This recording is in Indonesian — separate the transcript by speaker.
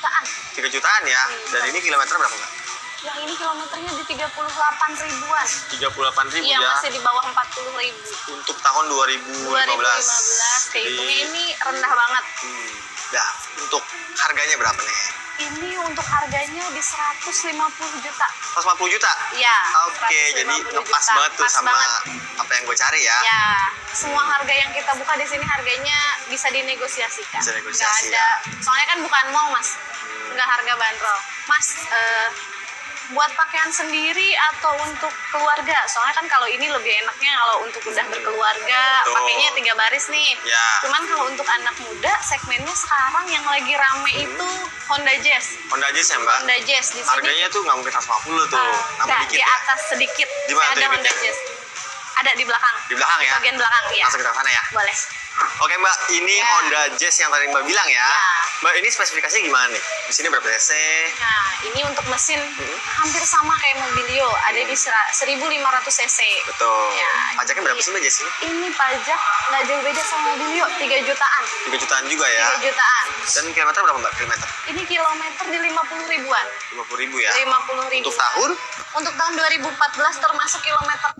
Speaker 1: 3 jutaan ya. Dan ini kilometer berapa, Mbak?
Speaker 2: Yang ini kilometernya di 38 ribuan.
Speaker 1: 38 ribu
Speaker 2: Iya,
Speaker 1: ya.
Speaker 2: masih di bawah 40 ribu.
Speaker 1: Untuk tahun 2015.
Speaker 2: 2015, kehitungnya
Speaker 1: Jadi,
Speaker 2: gitu. ini rendah banget.
Speaker 1: hmm, dah, untuk harganya berapa nih?
Speaker 2: Ini untuk harganya di 150 juta.
Speaker 1: 150 juta?
Speaker 2: Ya,
Speaker 1: Oke, jadi
Speaker 2: 150
Speaker 1: ngepas
Speaker 2: juta.
Speaker 1: banget tuh
Speaker 2: Pas
Speaker 1: sama
Speaker 2: banget.
Speaker 1: apa yang gue cari ya.
Speaker 2: Ya, semua harga yang kita buka di sini harganya bisa dinegosiasikan.
Speaker 1: Bisa
Speaker 2: Nggak
Speaker 1: negosiasi, ya.
Speaker 2: ada. Soalnya kan bukan mall, Mas. Nggak harga bandrol. Mas, eh, buat pakaian sendiri atau untuk keluarga? Soalnya kan kalau ini lebih enaknya kalau untuk udah berkeluarga,
Speaker 1: Hmm, Betul.
Speaker 2: pakainya tiga baris nih.
Speaker 1: Ya.
Speaker 2: Cuman kalau untuk anak muda, segmennya sekarang yang lagi rame
Speaker 1: Hmm.
Speaker 2: itu Honda Jazz.
Speaker 1: Honda Jazz ya, Mbak?
Speaker 2: Honda Jazz di sini.
Speaker 1: Harganya tuh nggak mungkin 150 tuh.
Speaker 2: eh,
Speaker 1: Nambah
Speaker 2: nggak,
Speaker 1: dikit
Speaker 2: di
Speaker 1: ya.
Speaker 2: atas sedikit.
Speaker 1: Di
Speaker 2: Saya
Speaker 1: mana tuh
Speaker 2: ada Honda
Speaker 1: dikitnya?
Speaker 2: Jazz. Ada di belakang.
Speaker 1: Di belakang ya?
Speaker 2: Bagian belakang ya.
Speaker 1: Langsung kita ke sana ya.
Speaker 2: Boleh.
Speaker 1: Oke Mbak, ini
Speaker 2: Ya.
Speaker 1: Honda Jazz yang tadi Mbak bilang ya.
Speaker 2: Ya.
Speaker 1: Mbak ini spesifikasinya gimana nih? Di sini berapa cc?
Speaker 2: Nah, ini untuk mesin hampir sama kayak Mobilio, ada di sera- 1500 cc.
Speaker 1: Betul.
Speaker 2: Ya,
Speaker 1: Pajaknya berapa sih Mbak Jazz ini?
Speaker 2: Ini pajak nggak jauh beda sama Mobilio, 3 jutaan.
Speaker 1: 3 jutaan juga ya.
Speaker 2: 3 jutaan.
Speaker 1: Dan kilometer berapa Mbak? Kilometer?
Speaker 2: Ini kilometer di 50 ribuan.
Speaker 1: 50 ribu ya.
Speaker 2: 50 ribu.
Speaker 1: Untuk tahun?
Speaker 2: Untuk tahun 2014 termasuk kilometer